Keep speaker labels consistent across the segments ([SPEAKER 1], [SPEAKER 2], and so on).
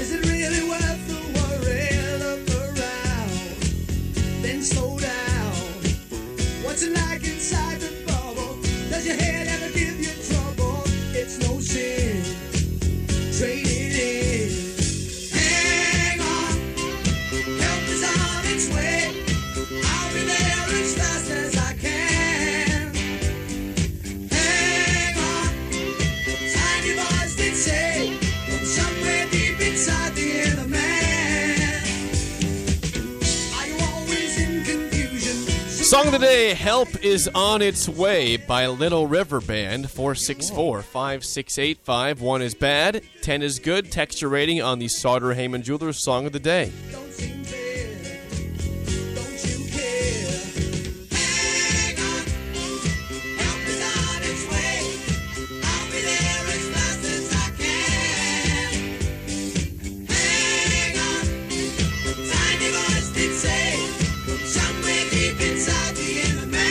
[SPEAKER 1] Is it really worth the worry? Look around, then slow down. What's it like inside the bubble? Does your head ever give you trouble? It's no sin. Trade it in. Hang on, help is on its way. I'll be there as fast as I can. Hang on. Tiny voice did say, somewhere deep inside the inner man. Are you always in confusion?
[SPEAKER 2] Song of the day Help is on its way by Little River Band 464 5685. 1 is bad, 10 is good. Texture rating on the Sauter Heyman Jewelers Song of the Day.
[SPEAKER 1] Don't seem fair. Don't you care? Hang on. Help is on its way. I'll be there as fast as I can. Hang on. Tiny voice did say, somewhere deep inside the inner man.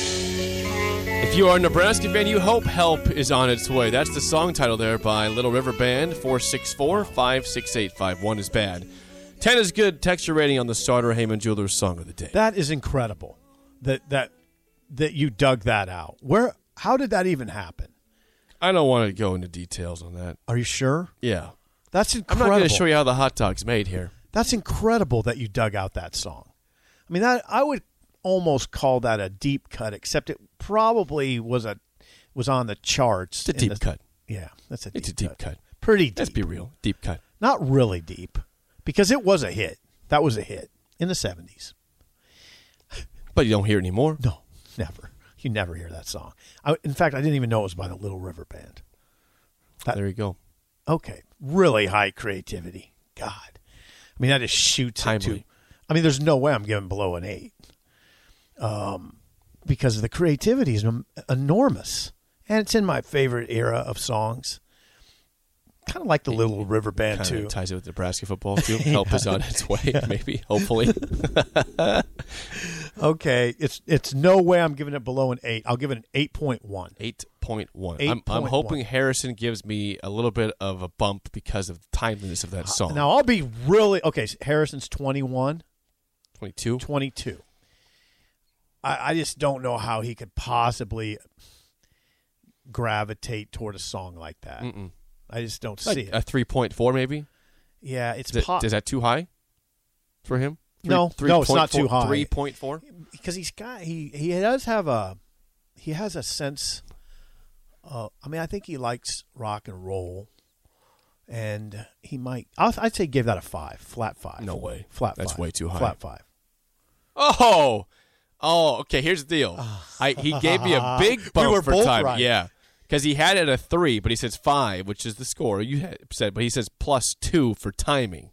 [SPEAKER 2] If you are a Nebraska fan, you hope help is on its way. That's the song title there by Little River Band 464 5685. 1 is bad, 10 is good. Texture rating on the Sauter Heyman Jewelers Song of the Day.
[SPEAKER 3] That is incredible. That that that you dug that out. Where? How did that even happen?
[SPEAKER 2] I don't want to go into details on that.
[SPEAKER 3] Are you sure?
[SPEAKER 2] Yeah.
[SPEAKER 3] That's
[SPEAKER 2] I'm
[SPEAKER 3] incredible.
[SPEAKER 2] not going to show you how the hot dog's made here.
[SPEAKER 3] That's incredible that you dug out that song. I mean, that I would almost call that a deep cut, except it probably was a was on the
[SPEAKER 2] It's
[SPEAKER 3] charts.
[SPEAKER 2] a
[SPEAKER 3] in
[SPEAKER 2] deep
[SPEAKER 3] the-
[SPEAKER 2] cut.
[SPEAKER 3] Yeah, that's a deep
[SPEAKER 2] It's a deep cut.
[SPEAKER 3] Pretty deep.
[SPEAKER 2] Let's be real. Deep cut.
[SPEAKER 3] Not really deep, because it was a hit. That was a hit in the seventies.
[SPEAKER 2] But you don't hear it anymore.
[SPEAKER 3] No, never. You never hear that song. I, in fact, I didn't even know it was by the Little River Band.
[SPEAKER 2] There you go.
[SPEAKER 3] Okay, really high creativity. God, I mean that just shoots into.
[SPEAKER 2] Timely.
[SPEAKER 3] I mean, there's no way I'm giving below an eight, um, because the creativity is en- enormous, and it's in my favorite era of songs. Kind of like the Little River Band
[SPEAKER 2] Kind
[SPEAKER 3] too.
[SPEAKER 2] of ties it with Nebraska football too. Help is on its way, maybe, hopefully.
[SPEAKER 3] Okay, it's it's no way I'm giving it below an eight. I'll give it an eight point one.
[SPEAKER 2] 8.1. I'm, I'm
[SPEAKER 3] 8.1.
[SPEAKER 2] hoping Harrison gives me a little bit of a bump because of the timeliness of that song.
[SPEAKER 3] Uh, Now I'll be really okay. so Harrison's 21,
[SPEAKER 2] 22.
[SPEAKER 3] 22. I, I just don't know how he could possibly gravitate toward a song like that. I just don't
[SPEAKER 2] Like
[SPEAKER 3] see it.
[SPEAKER 2] a 3.4 maybe.
[SPEAKER 3] yeah, it's
[SPEAKER 2] Is, it,
[SPEAKER 3] po-
[SPEAKER 2] is that too high for him?
[SPEAKER 3] No, no, it's
[SPEAKER 2] 3.4
[SPEAKER 3] not too high.
[SPEAKER 2] 3.4?
[SPEAKER 3] because he's got he he does have a he has a sense. Uh, I mean, I think he likes rock and roll, and he might. I'll, I'd say give that a five, flat five.
[SPEAKER 2] No way.
[SPEAKER 3] flat.
[SPEAKER 2] That's
[SPEAKER 3] five.
[SPEAKER 2] way too high.
[SPEAKER 3] Flat five.
[SPEAKER 2] Oh, oh, okay. Here's the deal. I, he gave me a big bump
[SPEAKER 3] Ah. were
[SPEAKER 2] for
[SPEAKER 3] both
[SPEAKER 2] time.
[SPEAKER 3] right.
[SPEAKER 2] Yeah, because he had it a three, but he says five, which is the score you had said. But he says plus two for timing.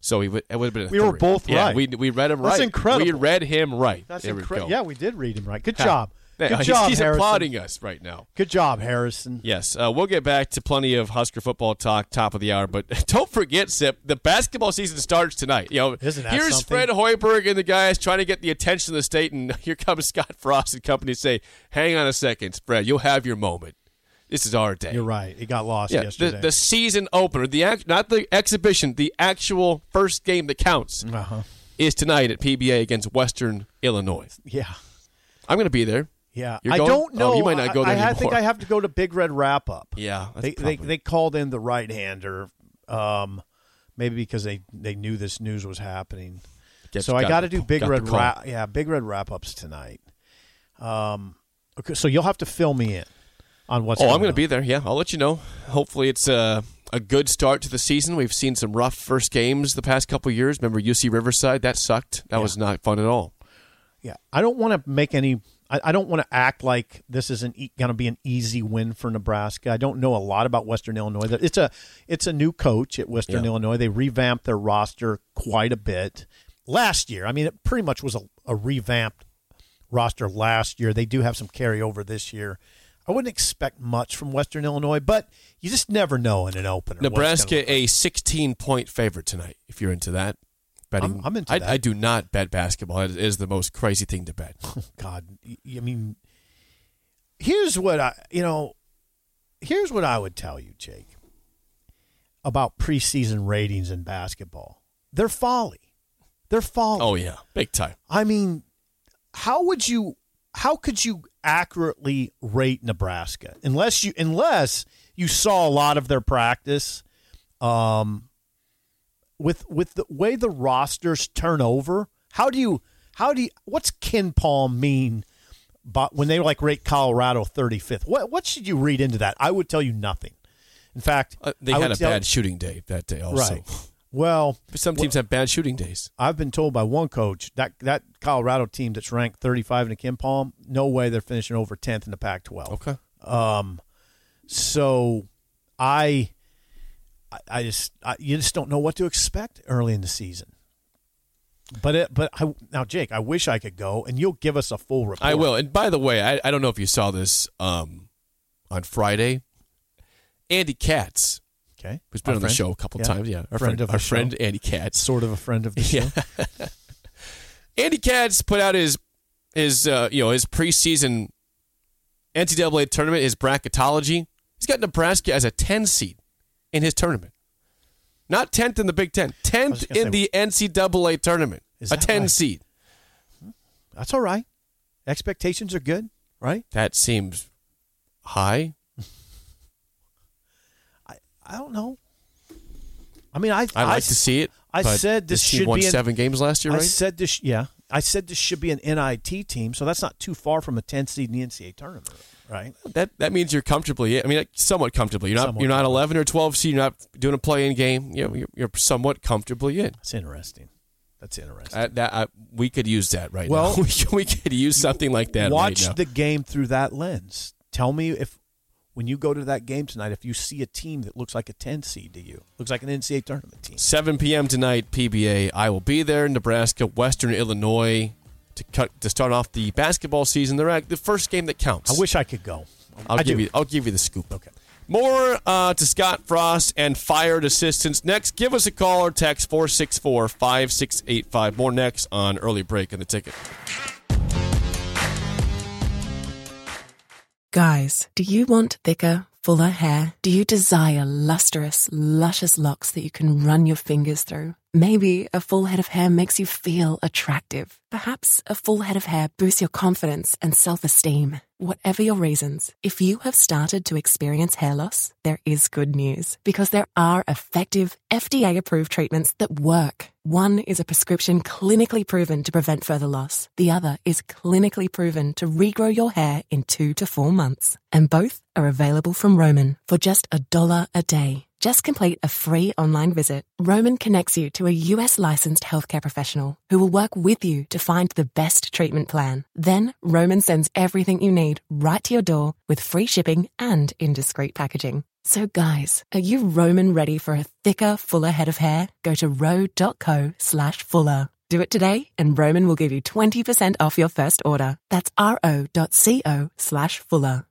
[SPEAKER 2] So he would, it would have been. A
[SPEAKER 3] We were
[SPEAKER 2] three.
[SPEAKER 3] both
[SPEAKER 2] yeah,
[SPEAKER 3] right.
[SPEAKER 2] We we read him
[SPEAKER 3] That's
[SPEAKER 2] right.
[SPEAKER 3] incredible.
[SPEAKER 2] We read him right.
[SPEAKER 3] That's
[SPEAKER 2] there
[SPEAKER 3] incredible.
[SPEAKER 2] We go.
[SPEAKER 3] Yeah, we did read him right. Good
[SPEAKER 2] Ha.
[SPEAKER 3] job.
[SPEAKER 2] Yeah,
[SPEAKER 3] Good
[SPEAKER 2] he's-
[SPEAKER 3] job,
[SPEAKER 2] he's
[SPEAKER 3] Harrison.
[SPEAKER 2] applauding us right now.
[SPEAKER 3] Good job, Harrison.
[SPEAKER 2] Yes, uh, we'll get back to plenty of Husker football talk top of the hour, but don't forget, Sip, the basketball season starts tonight. You know,
[SPEAKER 3] Isn't that
[SPEAKER 2] here's
[SPEAKER 3] something?
[SPEAKER 2] Fred Hoiberg and the guys trying to get the attention of the state, and here comes Scott Frost and company to say, "Hang on a second, Fred, you'll have your moment. This is our day."
[SPEAKER 3] You're right. It got lost
[SPEAKER 2] Yeah, the,
[SPEAKER 3] yesterday.
[SPEAKER 2] the season opener, the act, not the exhibition, the actual first game that counts
[SPEAKER 3] uh-huh.
[SPEAKER 2] is tonight at PBA against Western Illinois.
[SPEAKER 3] Yeah.
[SPEAKER 2] I'm going to be there.
[SPEAKER 3] Yeah.
[SPEAKER 2] You're
[SPEAKER 3] I
[SPEAKER 2] going?
[SPEAKER 3] don't
[SPEAKER 2] Oh,
[SPEAKER 3] know.
[SPEAKER 2] you might not go
[SPEAKER 3] I,
[SPEAKER 2] there
[SPEAKER 3] I, I think
[SPEAKER 2] anymore.
[SPEAKER 3] I have to go to Big Red Wrap Up.
[SPEAKER 2] Yeah, that's
[SPEAKER 3] They, they,
[SPEAKER 2] probably-
[SPEAKER 3] they called in the right hander, um, maybe because they, they knew this news was happening.
[SPEAKER 2] Gets-
[SPEAKER 3] so I
[SPEAKER 2] got
[SPEAKER 3] got to
[SPEAKER 2] the-
[SPEAKER 3] do Big
[SPEAKER 2] got the
[SPEAKER 3] Red
[SPEAKER 2] call.
[SPEAKER 3] Wrap. Yeah, Big Red Wrap Ups tonight. Um, okay, so you'll have to fill me in on what's
[SPEAKER 2] Oh,
[SPEAKER 3] going
[SPEAKER 2] I'm going
[SPEAKER 3] on.
[SPEAKER 2] to be there. Yeah, I'll let you know. Hopefully, it's a a good start to the season. We've seen some rough first games the past couple of years. Remember UC Riverside? That sucked. That was not fun at all.
[SPEAKER 3] Yeah, I don't want to make any I, I don't want to act like this is an e- going to be an easy win for Nebraska. I don't know a lot about Western Illinois. There- It's a it's a new coach at Western
[SPEAKER 2] Yeah.
[SPEAKER 3] Illinois. They revamped their roster quite a bit last year. I mean, it pretty much was a, a revamped roster last year. They do have some carryover this year. I wouldn't expect much from Western Illinois, but you just never know in an opener. what it's gonna look
[SPEAKER 2] Nebraska a 16 point favorite tonight. If you're into that betting,
[SPEAKER 3] I'm- I'm into
[SPEAKER 2] I,
[SPEAKER 3] that.
[SPEAKER 2] I do not bet basketball. It is the most crazy thing to bet.
[SPEAKER 3] God, y- I mean, here's what I, you know, here's what I would tell you, Jake, about preseason ratings in basketball. They're folly. They're folly.
[SPEAKER 2] Oh yeah, big time.
[SPEAKER 3] I mean, how would you? How could you accurately rate Nebraska unless you unless you saw a lot of their practice? Um, with with the way the rosters turn over, how do you how do you, what's Ken Palm mean? But when they like rate Colorado thirty fifth, what what should you read into that? I would tell you nothing. In fact,
[SPEAKER 2] Uh, they
[SPEAKER 3] I
[SPEAKER 2] had a
[SPEAKER 3] would tell-
[SPEAKER 2] bad shooting day that day. Also,
[SPEAKER 3] right. Well,
[SPEAKER 2] But some teams have bad shooting days.
[SPEAKER 3] I've been told by one coach that that Colorado team that's ranked 35 in the Kim Palm, no way they're finishing over 10th in the Pac-12.
[SPEAKER 2] Okay.
[SPEAKER 3] So, I, I- I just I, you just don't know what to expect early in the season. But it, but I, now Jake, I wish I could go, and you'll give us a full report.
[SPEAKER 2] I will. And by the way, I, I don't know if you saw this um, on Friday. Andy Katz,
[SPEAKER 3] Okay,
[SPEAKER 2] who's been
[SPEAKER 3] Our
[SPEAKER 2] on
[SPEAKER 3] friend?
[SPEAKER 2] the show a couple
[SPEAKER 3] Yeah.
[SPEAKER 2] times, yeah, our
[SPEAKER 3] Friend
[SPEAKER 2] friend,
[SPEAKER 3] of the
[SPEAKER 2] our
[SPEAKER 3] show.
[SPEAKER 2] friend Andy Katz.
[SPEAKER 3] sort of a friend of the show.
[SPEAKER 2] Yeah. Andy Katz put out his his uh, you know his preseason NCAA tournament, his bracketology. He's got Nebraska as a ten seed in his tournament, not tenth in the Big Ten, tenth
[SPEAKER 3] gonna
[SPEAKER 2] in
[SPEAKER 3] say-
[SPEAKER 2] the NCAA tournament.
[SPEAKER 3] Is
[SPEAKER 2] A
[SPEAKER 3] that
[SPEAKER 2] ten
[SPEAKER 3] right?
[SPEAKER 2] seed.
[SPEAKER 3] That's all right. Expectations are good, right?
[SPEAKER 2] That seems high.
[SPEAKER 3] I don't know. I mean, I
[SPEAKER 2] I like
[SPEAKER 3] s-
[SPEAKER 2] to see it.
[SPEAKER 3] I
[SPEAKER 2] but
[SPEAKER 3] said this
[SPEAKER 2] team
[SPEAKER 3] should
[SPEAKER 2] won
[SPEAKER 3] be an-
[SPEAKER 2] seven games last year,
[SPEAKER 3] I
[SPEAKER 2] right?
[SPEAKER 3] said this. Yeah, I said this should be an NIT team, so that's not too far from a 10 seed in the NCAA tournament, right?
[SPEAKER 2] that that means you're comfortably. I mean, like, somewhat comfortably. You're not.
[SPEAKER 3] Somewhat
[SPEAKER 2] you're not eleven or twelve seed. You're not doing a play-in game. You know, you're, you're somewhat comfortably in.
[SPEAKER 3] That's interesting. That's interesting.
[SPEAKER 2] I, that I, we could use that right
[SPEAKER 3] Well,
[SPEAKER 2] now. we, could- we could use something like that.
[SPEAKER 3] Watch
[SPEAKER 2] right now.
[SPEAKER 3] the game through that lens. Tell me if when you go to that game tonight, if you see a team that looks like a 10 seed to you, looks like an NCAA tournament team.
[SPEAKER 2] 7 p.m. tonight, PBA. I will be there in Nebraska, Western Illinois, to cut to start off the basketball season. They're at the first game that counts.
[SPEAKER 3] I wish I could go.
[SPEAKER 2] I'll
[SPEAKER 3] I
[SPEAKER 2] give
[SPEAKER 3] do.
[SPEAKER 2] you. I'll give you the scoop.
[SPEAKER 3] Okay.
[SPEAKER 2] More uh, to Scott Frost and fired assistance next. Give us a call or text 464 5685. More next on Early Break in the Ticket.
[SPEAKER 4] Guys, do you want thicker, fuller hair? Do you desire lustrous, luscious locks that you can run your fingers through? Maybe a full head of hair makes you feel attractive. Perhaps a full head of hair boosts your confidence and self esteem. Whatever your reasons, if you have started to experience hair loss, there is good news because there are effective, FDA approved treatments that work. One is a prescription clinically proven to prevent further loss. The other is clinically proven to regrow your hair in two to four months. And both are available from Roman for just a dollar a day. Just complete a free online visit. Roman connects you to a US licensed healthcare professional who will work with you to find the best treatment plan. Then Roman sends everything you need right to your door with free shipping and indiscreet packaging. So, guys, are you Roman ready for a thicker, fuller head of hair? Go to ro.co slash fuller. Do it today, and Roman will give you 20% off your first order. That's ro.co slash fuller.